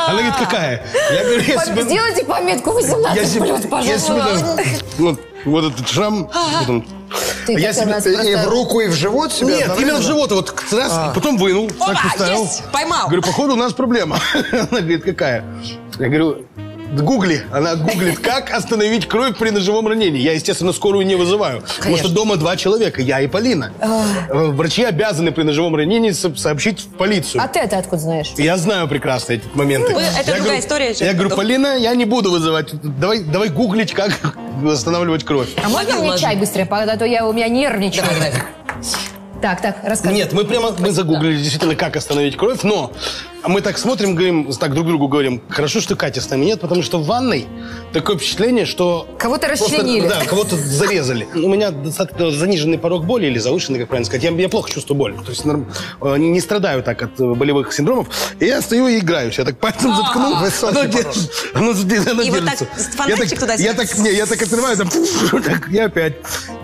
D: Она говорит, какая? Я говорю, я
C: Пап,
D: себе...
C: Сделайте пометку 18
D: Я себе,
C: плюс,
D: я себе
C: пожалуйста.
D: даже- ну, вот этот шрам. вот он.
C: Ты
D: Я
C: как
D: себе-
C: у нас
A: И, и
C: просто-
A: в руку, и в живот себе
D: Нет, именно
A: одновременно?
D: в живот. Вот как раз, потом вынул. А. так поставил.
B: есть, поймал.
D: Говорю, походу у нас проблема. Она говорит, какая? Я говорю, «Да гугли. Она гуглит, как остановить кровь при ножевом ранении. Я, естественно, скорую не вызываю. Потому что дома два человека, я и Полина.
B: А.
D: Э, Врачи обязаны при ножевом ранении со- сообщить в полицию.
C: А ты это откуда знаешь?
D: Я знаю прекрасно эти моменты.
B: Вы- Ну, это
D: Я
B: другая
D: говорю-
B: история, чем
D: Я говорю,
B: потом.
D: Полина, я не буду вызывать. Давай, давай гуглить, как восстанавливать кровь.
C: А можно
B: Ловил,
C: мне
B: ладно.
C: чай быстрее, пока- а то я у меня нервничаю.
B: Давай, давай.
C: Так, так, расскажи.
D: Нет, мы прямо мы загуглили действительно, как остановить кровь, но мы так смотрим, говорим, так друг другу говорим, хорошо, что Катя с нами нет, потому что в ванной такое впечатление, что...
C: Кого-то
D: просто,
C: расчленили.
D: да, кого-то зарезали. У меня достаточно заниженный порог боли или завышенный, как правильно сказать. Я, я плохо чувствую боль. То есть норм- э, не страдаю так от э, болевых синдромов. И я стою и играюсь. Я так пальцем заткнул.
C: А,
A: Высокий
D: оно де-
A: порог.
D: оно де- оно
B: И вот так
D: делится.
B: фонарик
D: Я так-
B: туда-сюда.
D: Я так, не, я так отрываю, там, так, я опять.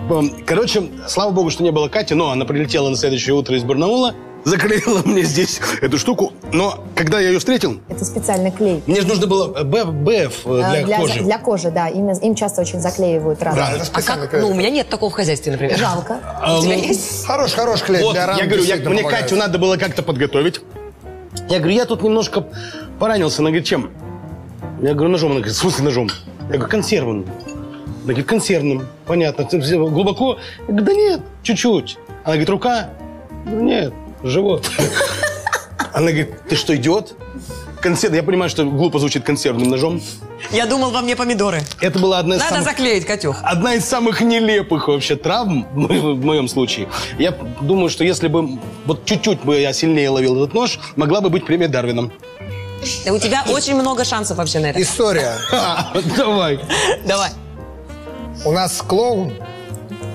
D: Бам. Короче, слава богу, что не было Кати, но она прилетела на следующее утро из Барнаула, заклеила мне здесь эту штуку, но когда я ее встретил,
C: Это специальный клей.
D: мне же нужно было э, Б- БФ э,
C: А,
D: для, кожи.
C: Для кожи, да. Им, им часто очень заклеивают раны.
D: Раны.
A: Это
B: А
A: специально
B: как?
A: клей.
B: Ну, у меня нет такого в хозяйстве, например.
C: Жалко.
D: А,
B: У тебя
D: ну,
B: есть?
A: Хорош, хорош клей
D: Вот,
A: для ран.
D: я говорю, я-
A: действительно
D: мне
A: помогает.
D: Катю надо было как-то подготовить. Я говорю, я тут немножко поранился. Она говорит, чем? Я говорю, ножом. Она говорит, в смысле ножом? Я говорю, консервным. Она говорит, консервным. Понятно. Ты взял Глубоко? Я говорю, да нет, чуть-чуть. Она говорит, рука? Я говорю, Нет, живот. Она говорит, ты что, идиот? Консерв... Я понимаю, что глупо звучит консервным ножом.
B: Я думал, во мне помидоры.
D: Это была одна из
B: Надо
D: самых
B: заклеить, Катюх.
D: одна из самых нелепых вообще травм в моем случае. Я думаю, что если бы вот чуть-чуть бы я сильнее ловил этот нож, могла бы быть премия Дарвином.
B: Да у тебя очень много шансов вообще на это.
A: История.
D: А, давай.
B: Давай.
A: У нас клоун.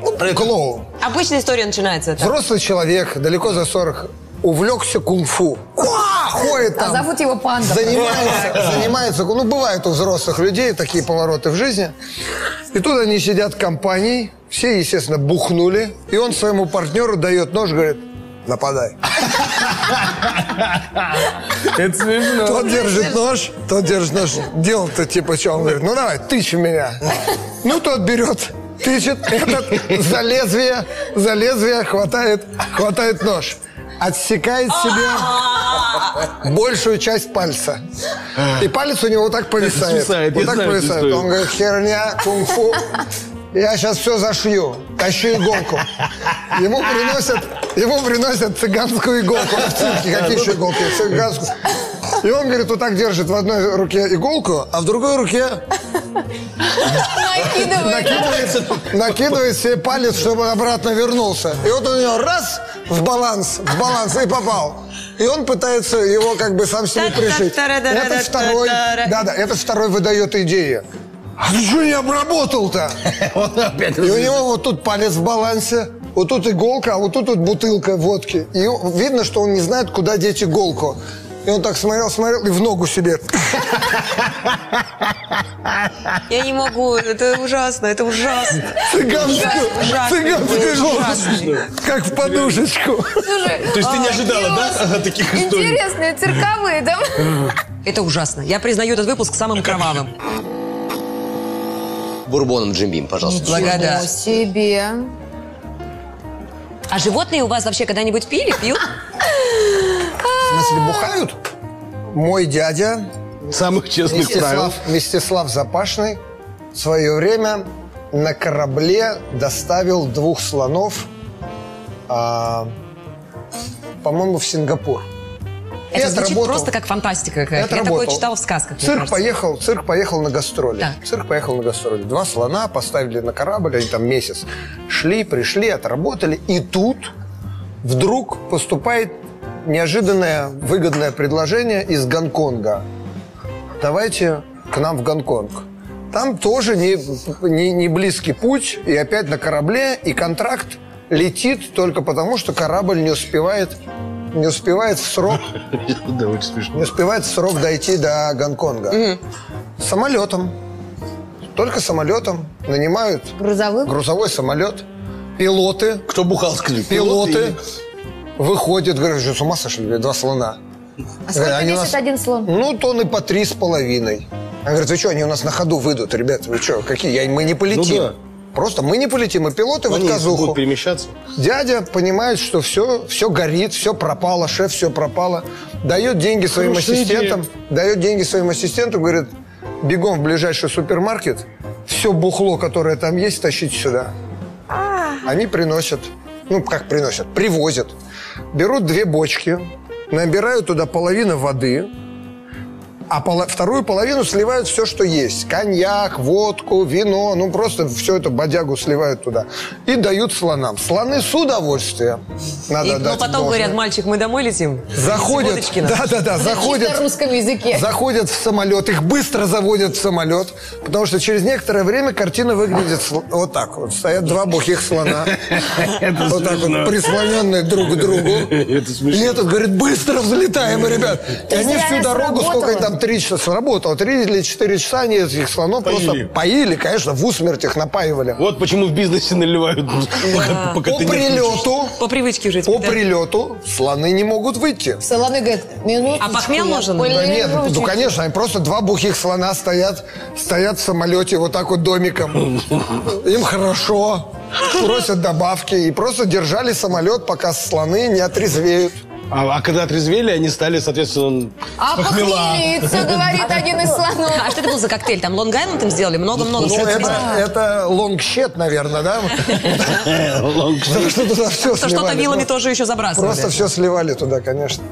A: Ну, клоун.
B: Обычная история начинается. так.
A: Взрослый человек, далеко за 40, увлекся кунг-фу. Уа! Ходит
C: А
A: там.
C: зовут его панда.
A: Занимается, занимается, ну, бывают у взрослых людей такие повороты в жизни. И тут они сидят компанией, все, естественно, бухнули. И он своему партнеру дает нож, говорит, нападай.
D: Это смешно.
A: Тот держит нож, тот держит нож. Дело-то типа что? Он говорит, ну давай, тычь в меня. Ну, тот берет, тычет, этот за лезвие, за лезвие хватает, хватает нож. Отсекает себе
B: А,
A: большую часть пальца. И палец у него вот так повисает.
D: А. свисает,
A: вот
D: я
A: так
D: знаю эту
A: повисает.
D: историю.
A: Он говорит, херня, кунг-фу. Я сейчас все зашью. Тащу иголку. Ему приносят, ему приносят цыганскую иголку. А В цирке
D: ну
A: какие еще иголки? Цыганскую. И он, говорит, вот так держит в одной руке иголку, а в другой руке накидывает, накидывает себе палец, чтобы он обратно вернулся. И вот у него раз в баланс, в баланс и попал. И он пытается его как бы сам себе пришить. Это второй, да-да, это второй выдает идею. А ты что не обработал-то?
D: Он опять
A: И у него вот тут палец в балансе, вот тут иголка, а вот тут вот бутылка водки. И он- видно, что он не знает, куда деть иголку. И он так смотрел, смотрел и в ногу себе.
B: Я не могу, это ужасно, это ужасно.
A: Цыганскую,
B: Ужасно.
A: цыганскую иголку. Как в подушечку.
C: Слушай,
D: То есть ты не ожидала, да, от таких историй?
C: Интересные цирковые, да?
B: Это ужасно. Я признаю этот выпуск самым кровавым.
G: Бурбоном Джим Бим, пожалуйста.
B: Благодарю.
C: Ничего себе.
B: А животные у вас вообще когда-нибудь пили, пьют?
A: В смысле, бухают? Мой дядя,
D: Самых честных правил.
A: Мстислав, Мстислав Запашный, в свое время на корабле доставил двух слонов, а, по-моему, в Сингапур.
B: Это
A: Я
B: звучит
A: отработал.
B: просто как фантастика
A: Я
B: какая-то. Я такое
A: отработал.
B: читала в сказках. мне
A: Цирк
B: кажется.
A: поехал, цирк поехал на гастроли.
B: Так.
A: Цирк поехал на гастроли. Два слона поставили на корабль, они там месяц шли, пришли, отработали. И тут вдруг поступает неожиданное выгодное предложение из Гонконга. Давайте к нам в Гонконг. Там тоже не, не, не близкий путь, и опять на корабле, и контракт летит только потому, что корабль не успевает, не успевает в срок
D: Да, очень смешно.
A: не успевает в срок дойти до Гонконга. Самолетом. Только самолетом нанимают
C: Грузовым?
A: грузовой самолет. Пилоты,
D: Кто бухал? скажи,
A: пилоты выходят, говорят, что с ума сошли, блядь, два слона.
C: А сколько
A: Они у
C: весит
A: нас-
C: один слон?
A: Ну, тонны по три с половиной. Она говорит, вы что, они у нас на ходу выйдут, ребята, вы что, какие, Я- мы не полетим.
D: Ну да.
A: Просто мы не полетим, и пилоты в
D: Они
A: отказуху.
D: будут перемещаться.
A: Дядя понимает, что все, все горит, все пропало, шеф, все пропало. Дает деньги своим
D: Хорошая
A: ассистентам, дает деньги своим ассистентам, говорит, бегом в ближайший супермаркет, все бухло, которое там есть, тащите сюда. Они приносят, ну как приносят, привозят. Берут две бочки, набирают туда половину воды, а поло- вторую половину сливают все, что есть. Коньяк, водку, вино. Ну, просто все это бодягу сливают туда. И дают слонам. Слоны с удовольствием. Надо
B: И, но
A: отдать им
B: потом
A: должное.
B: говорят, мальчик, мы домой летим.
A: Заходят,
B: Водочки нам.
A: да-да-да, заходят,
C: На русском языке.
A: заходят в самолет, их быстро заводят в самолет, потому что через некоторое время картина выглядит сл- вот так вот. Стоят два бухих слона, вот так вот, прислоненные друг к другу.
D: Это
A: И
D: смешно.
A: этот говорит, быстро взлетаем, ребят. И
C: есть
A: они всю
C: реально
A: дорогу, сколько
C: сработало?
A: там, три часа сработало, три или четыре часа они этих слонов
D: Поили.
A: просто поили, конечно, в усмерть их напаивали.
D: Вот почему в бизнесе наливают. пока- пока
A: По
D: ты не отключишь.
A: прилету,
B: По привычке жить.
A: по
B: да.
A: прилету слоны не могут выйти.
C: Соловей говорит, минуточку.
B: А похмел
C: я
B: нужен?
C: полежу
A: Да нет, ну
C: чуть-чуть».
A: конечно, они просто два бухих слона стоят, стоят в самолете вот так вот домиком. Им хорошо, просят добавки и просто держали самолет, пока слоны не отрезвеют.
D: А, а когда отрезвели, они стали, соответственно,
C: А похмелиться, говорит один из слонов.
B: А что это был за коктейль? Там Лонг Айленд им сделали? Много-много.
A: Ну,
B: всяких
A: это,
B: вещей.
A: это лонгщет, наверное, да?
D: Э,
A: Потому что туда все
B: То что-то
A: сливали.
B: вилами
A: Просто-
B: тоже еще забрасывали.
A: ну, Просто все сливали туда, конечно.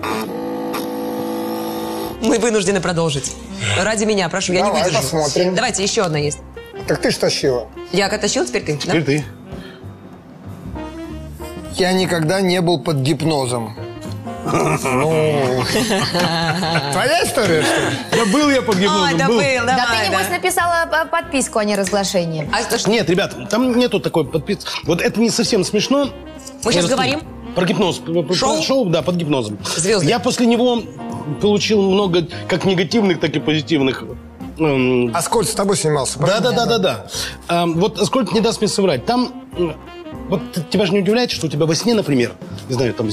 B: Мы вынуждены продолжить. Ради меня, прошу, я
A: Давай,
B: не выдержу.
A: посмотрим.
B: Давайте, еще одна есть.
A: Так ты ж тащила.
B: Я оттащил, теперь ты? да?
D: Теперь ты.
A: Я никогда не был под гипнозом. Ну. Твоя история, что ли?
D: Да был я под
B: А,
D: гипнозом,
B: да
D: был.
B: был, давай,
C: Да ты,
B: да.
C: небось, написала э, подписку, а не разглашение.
B: А что ж,
D: Нет, ребят, там нету такой подписки. Вот это не совсем смешно.
B: Мы сейчас
D: Просто
B: говорим?
D: Про гипноз. Про- про-
B: Шоу?
D: про шоу, да, под гипнозом.
B: Звезды.
D: Я после него получил много как негативных, так и позитивных эм,
A: А сколько с тобой снимался?
D: Да, да, да, да, да. Ам, вот сколько не даст мне соврать. Там, м, вот т- тебя же не удивляет, что у тебя во сне, например, не знаю, там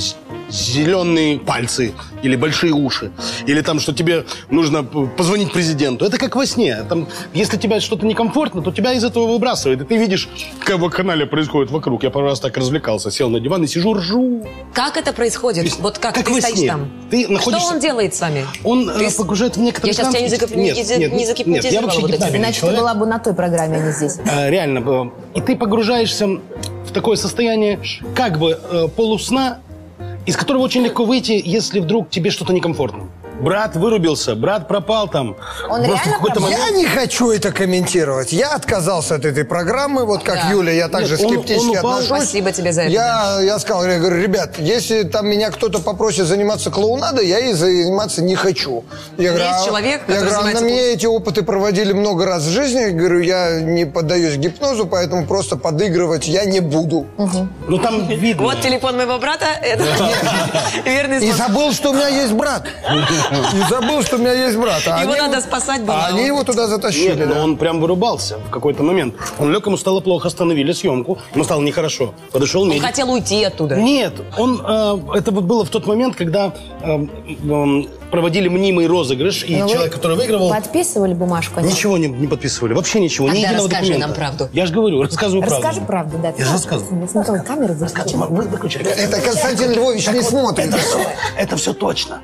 D: зеленые пальцы или большие уши, или там, что тебе нужно п- позвонить президенту. Это как во сне. Там, если тебя что-то некомфортно, то тебя из этого выбрасывает. И ты видишь, как в канале происходит вокруг. Я пару раз так развлекался, сел на диван и сижу, ржу.
B: как это происходит? Вот как,
D: как
B: ты
D: во
B: стоишь
D: сне.
B: там?
D: Ты находишься-
B: Что он делает с вами?
D: Он
B: Ты
D: э,
B: с-
D: погружает в некоторые
B: Я щас тебя не
D: трансы.
B: закоп- не
D: Нет,
B: гизе-
D: нет,
B: не
D: нет,
B: загипнотизировала
D: я вообще
B: вот этим.
D: гипнабельный
C: Значит, ты
D: человек.
C: была бы на той программе, а не здесь.
D: А, реально. было. И ты погружаешься в такое состояние как бы э, полусна, из которого очень легко выйти, если вдруг тебе что-то некомфортно. Брат вырубился, брат пропал там.
C: Он
D: Просто в
C: реально
D: какой-то
C: пропал?
D: момент-
A: Я не хочу это комментировать. Я отказался от этой программы, вот как
B: Да.
A: Юля, я также
D: Нет, он-
A: скептически
D: он упал.
A: отношусь.
B: Спасибо тебе за это.
A: Я, я сказал, я говорю, ребят, если там меня кто-то попросит заниматься клоунадой, я и заниматься не хочу. Я говорю,
B: Есть
A: «А-
B: человек,
A: я
B: который
A: говорю, «А на
B: занимается
A: мне эти опыты проводили много раз в жизни. Я говорю, я не поддаюсь гипнозу, поэтому просто подыгрывать я не буду.
D: Ну там видно.
B: Вот телефон моего брата. Это верный
A: И
B: способ.
A: забыл, что у меня есть брат. И забыл, что у меня есть брат. А
B: Его
A: они-
B: надо спасать было.
A: А они его туда затащили.
D: Нет, ну, но
A: да.
D: он прям вырубался в какой-то момент. Он лег, ему стало плохо, остановили съемку. Ему стало нехорошо.
C: Ну,
D: Подошел
B: Он
D: медик.
B: хотел уйти оттуда.
D: Нет, он э, это вот было в тот момент, когда э, м, проводили мнимый розыгрыш, и
C: Но Ну, вы
D: человек, который выигрывал,
C: Подписывали бумажку? а не?
D: Ничего не, не подписывали, вообще ничего, ни
B: Тогда
D: единого
B: расскажи
D: документа.
B: нам правду.
D: Я же говорю, рассказываю
C: Расскажи
D: правду.
C: правду, да.
D: Я же рассказываю.
C: Смотри, камеру выключи.
D: Вы- вы- выключили.
A: Это Константин Львович не смотрит.
D: Это всё- Э, Это все точно.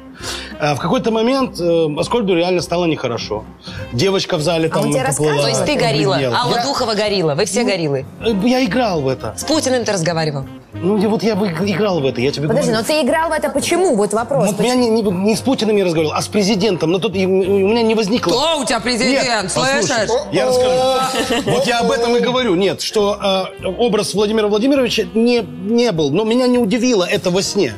D: А, В какой-то момент э, Аскольду реально стало нехорошо. Девочка в
B: А
D: зале там
C: он тебе
D: поплыла.
B: То есть ты
C: Я
B: горила. А
D: побледнела.
B: Алла Духова горила. Вы все гориллы.
D: Э, Я играл в это.
B: С Путиным ты разговаривал.
D: Ну, я- вот я бы играл в это, я тебе
C: Подожди,
D: говорю.
C: но ты играл в это почему? Вот
B: ну,
C: вопрос.
D: Вот меня не, не- не с Путиным я разговаривал, а с президентом. Но тут и- у меня не возникло.
B: Кто у тебя президент?
D: Нет, послушай,
B: Слышишь?
D: Я расскажу. Вот я об этом и говорю. Нет, что э, образ Владимира Владимировича не, не был. Но меня не удивило это во сне.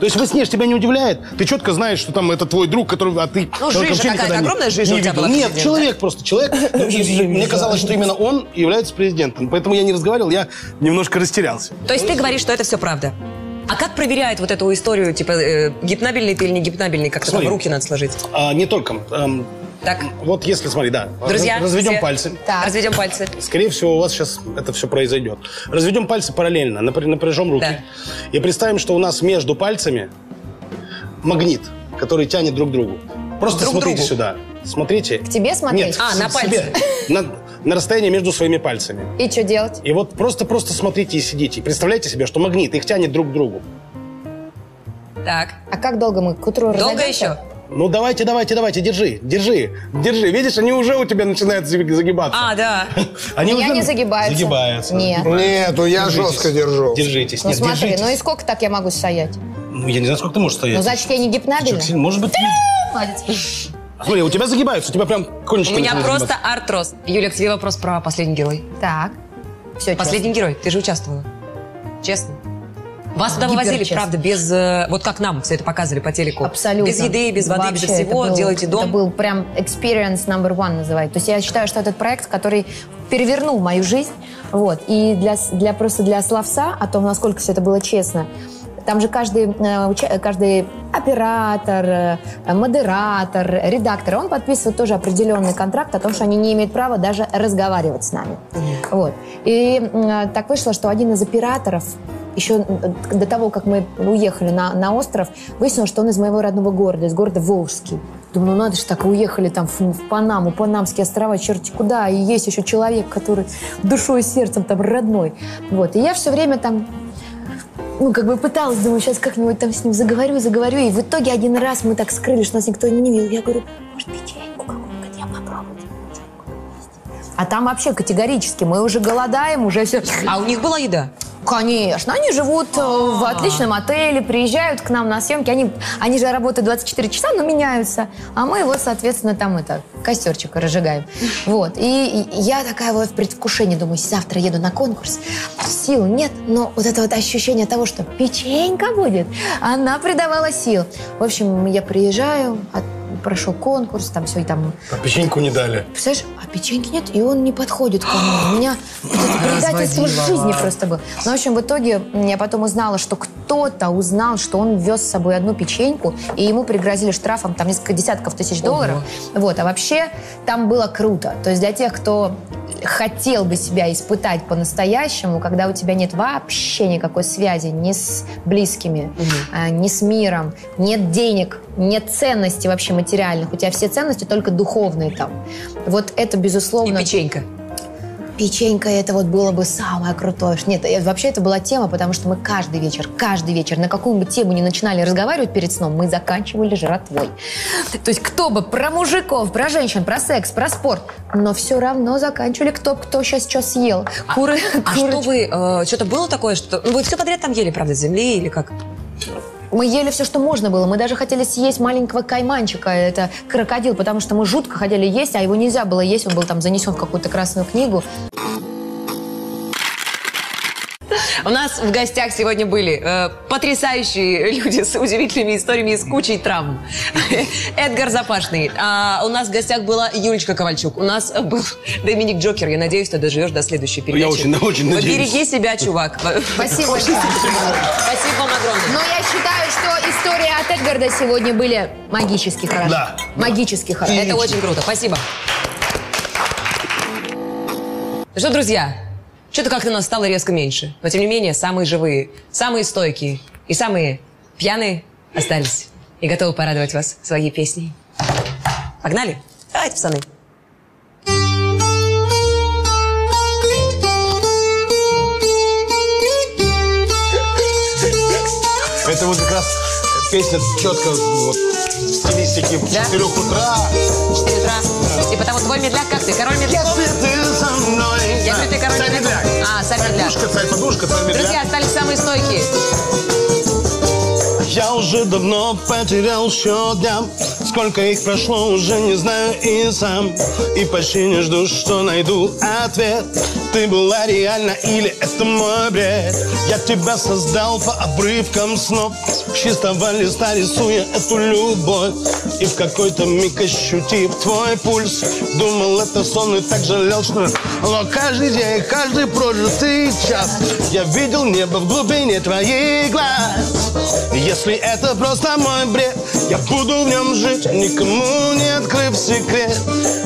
D: То есть, если снеж тебя не удивляет, ты четко знаешь, что там это твой друг, который... А ты
B: Ну,
D: человека
B: жижа
D: вообще
B: какая-то,
D: никогда не-
B: огромная жижа
D: не
B: у тебя
D: видел.
B: была
D: Нет,
B: президента?
D: человек просто, человек. Ну, и- и Мне казалось, что именно он является президентом. Поэтому я не разговаривал, я немножко растерялся.
B: То есть ты говоришь, что это все правда? А как проверяют вот эту историю, типа, э, гипнабельный ты или не гипнабельный? Как-то там
D: Смотри.
B: руки надо сложить.
D: А, не только. Эм,
B: Так,
D: Вот если, смотри, да.
B: друзья,
D: раз- Разведем
B: все.
D: пальцы.
B: Так. Разведем пальцы.
D: Скорее всего, у вас сейчас это все произойдет. Разведем пальцы параллельно, напр- напряжем руки.
B: Да.
D: И представим, что у нас между пальцами магнит, который тянет друг к другу. Просто
B: Друг к
D: смотрите
B: другу?
D: сюда. Смотрите. К
C: тебе смотреть?
D: Нет,
B: А,
D: к
B: на
D: с-
B: пальцы.
D: себе. На, на расстоянии между своими пальцами.
C: И что делать?
D: И вот просто-просто смотрите и сидите. И Представляете себе, что магнит их тянет друг к другу.
B: Так.
C: А как долго мы к утру
B: Долго
C: разойдёмся?
B: еще?
D: Ну давайте, давайте, давайте, держи, держи, держи. Видишь, они уже у тебя начинают заги- загибаться.
B: А, да.
D: Они
C: Я
D: уже
C: не загибаются.
D: Загибаются.
C: Нет.
A: Нет, ну я
D: Держитесь.
A: жестко держу.
D: Держитесь.
C: Ну
D: Нет,
C: смотри,
D: держитесь.
C: ну и сколько так я могу стоять?
D: Ну, я не знаю, сколько ты можешь стоять.
C: Ну значит, я не
D: Ты чё,
C: гипнабельна?
D: Ксения, может быть, ты- Смотри, у тебя загибаются, у тебя прям кончики.
B: У меня
D: начинают
B: просто
D: загибаться.
B: артроз. Юля, к тебе вопрос про последний герой.
C: Так. Все,
B: Последний герой, ты же участвовала. Честно. Вас туда вывозили,
C: Гиперчестно.
B: правда, без... э, вот как нам все это показывали по телеку.
C: Абсолютно.
B: Без еды, без воды,
C: Вообще,
B: без
C: это
B: всего.
C: был-
B: Делайте
C: Это
B: дом.
C: был прям experience number one называют. То есть я считаю, что этот проект, который перевернул мою жизнь. Вот. И для, с- для просто для словца о том, насколько все это было честно. Там же каждый, э, уча- э, каждый оператор, э, модератор, редактор, он подписывает тоже определенный контракт о том, что они не имеют права даже разговаривать с нами. Вот. И м, э, так вышло, что один из операторов еще до того, как мы уехали на, на остров, выяснилось, что он из моего родного города, из города Волжский. Думаю, ну надо же так, уехали там в, в Панаму, Панамские острова, черти куда, и есть еще человек, который душой и сердцем там родной. Вот, и я все время там ну, как бы пыталась, думаю, сейчас как-нибудь там с ним заговорю, заговорю. И в итоге один раз мы так скрыли, что нас никто не видел. Я говорю, может, ты чайку какую-нибудь, я попробую. чайку принести». А там вообще категорически, мы уже голодаем, уже все...
B: А у них была еда?
C: Конечно, они живут э, в отличном отеле, приезжают к нам на съемки. Они, они же работают 24 часа, но меняются. А мы вот, соответственно, там это, костерчик разжигаем. Вот. И, и я такая вот в предвкушении, думаю, завтра еду на конкурс. Сил нет, но вот это вот ощущение того, что печенька будет, она придавала сил. В общем, я приезжаю, от- прошел конкурс, там все, и там
D: А печеньку не дали.
C: Представляешь, а печеньки нет, и он не подходит ко мне. У меня вот это предательство жизни просто было. Ну, в общем, в итоге м, я потом узнала, что кто-то узнал, что он вез с собой одну печеньку, и ему пригрозили штрафом там несколько десятков тысяч долларов. Вот, а вообще там было круто. То есть для тех, кто хотел бы себя испытать по-настоящему, когда у тебя нет вообще никакой связи ни с близкими, а, ни с миром, нет денег, нет ценностей вообще материальных, у тебя все ценности только духовные там. Вот это,
B: И
C: безусловно,
B: печенька.
C: печенька это вот было бы самое крутое. Нет, э, вообще это была тема, потому что мы каждый вечер, каждый вечер, на какую бы тему ни начинали разговаривать перед сном, мы заканчивали жратвой. То есть кто бы про мужиков, про женщин, про секс, про спорт, но все равно заканчивали кто, б кто сейчас что съел. Куры,
B: А
C: курочка.
B: что вы, э, что-то было такое, что... Ну, вы все подряд там ели, правда, с земли или как?
C: Мы ели все, что можно было. Мы даже хотели съесть маленького кайманчика, это крокодил, потому что мы жутко хотели есть, а его нельзя было есть, он был там занесен в какую-то красную книгу.
B: У нас в гостях сегодня были э, потрясающие люди с удивительными историями и с кучей травм. Эдгар Запашный. А у нас в гостях была Юлечка Ковальчук. У нас был Доминик Джокер. Я надеюсь, ты доживешь до следующей передачи.
D: очень, очень надеюсь.
B: Береги себя, чувак.
C: Спасибо большое.
B: Спасибо вам огромное.
C: Но я считаю, что истории от Эдгарда сегодня были магически хороши.
D: Да.
C: Магически хороши.
B: Это очень круто. Спасибо. Ну что, друзья, что-то как-то нас стало резко меньше. Но, тем не менее, самые живые, самые стойкие и самые пьяные остались. И готовы порадовать вас своей песней. Погнали? Давайте, пацаны.
D: Это вот как раз песня четко вот, в стилистике
B: Да?
D: 4 утра.
B: 4 утра. И потому твой медляк как ты? Король медляков?
D: ты со мной.
B: Я говорю, ты король
D: Царь
B: медляк.
D: медляк.
B: А, царь медляк.
D: Подушка, царь подушка, царь медляк.
B: Друзья, остались самые стойкие.
D: Я уже давно потерял счет дням,
H: Сколько их прошло, уже не знаю и сам И почти не жду, что найду ответ Ты была реальна или это мой бред Я тебя создал по обрывкам снов С чистого листа рисуя эту любовь И в какой-то миг ощутив твой пульс Думал, это сон и так жалел, что Но каждый день, каждый прожитый час Я видел небо в глубине твоих глаз Если это просто мой бред Я буду в нем жить, никому не открыв секрет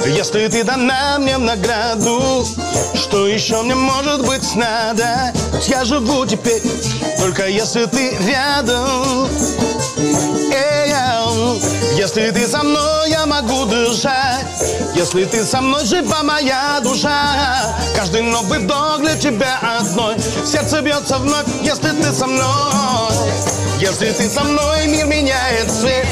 H: Если ты дана мне в награду Что еще мне может быть надо? Я живу теперь, только если ты рядом Эй, ау. Если ты со мной, я могу дышать Если ты со мной, жива моя душа Каждый новый вдох для тебя одной Сердце бьется вновь, если ты со мной Если ты со мной, мир меняет цвет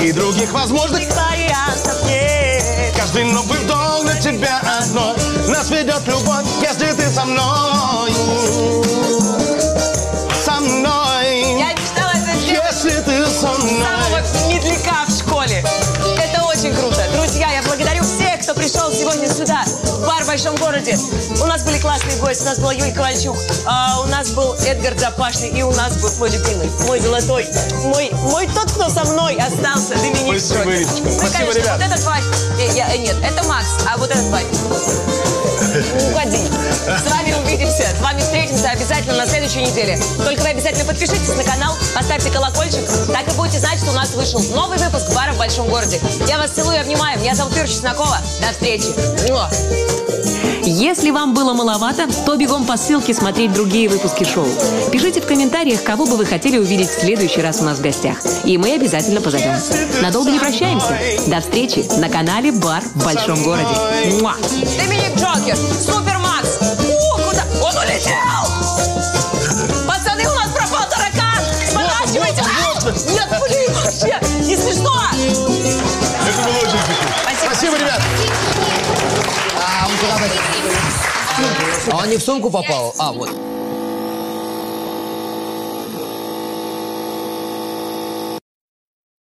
H: И других возможных вариантов нет Каждый новый вдох для тебя одной Нас ведет любовь, если ты со мной Со мной
B: Я мечтала это сделать
H: Если ты со
B: с
H: мной
B: самого медляка в школе. Это очень круто. Друзья, я благодарю всех, кто пришел сегодня сюда, в бар в Большом Городе. У нас были классные гости. У нас была Юль Ковальчук, а, у нас был Эдгар Запашный и у нас был мой любимый, мой золотой, мой, мой тот, кто со мной остался, Доминик
H: Спасибо,
B: Строгин.
H: Ирочка.
B: Ну,
H: Спасибо,
B: конечно,
H: ребят.
B: вот этот Вась. э, я- э, нет, это Макс, а вот этот Вась. Уходи. С вами увидимся, с вами встретимся обязательно на следующей неделе. Только вы обязательно подпишитесь на канал, поставьте колокольчик, так и будете знать, что у нас вышел новый выпуск «Бара в большом городе». Я вас целую и обнимаю. Меня зовут Ира Чеснокова. До встречи. Муа.
I: Если вам было маловато, то бегом по ссылке смотреть другие выпуски шоу. Пишите в комментариях, кого бы вы хотели увидеть в следующий раз у нас в гостях. И мы обязательно позовем. Надолго не прощаемся. До встречи на канале «Бар в большом городе». Муа!
B: Доминик Джокер, Супер Макс. О, куда? Он улетел! Пацаны, у нас пропал таракан! Сворачивайте!
H: вот, вот.
B: А! Нет, блин, вообще! Не смешно!
H: Это было очень смешно.
B: Спасибо,
H: ребят.
G: А он куда-то- А он не в сумку попал? А, вот.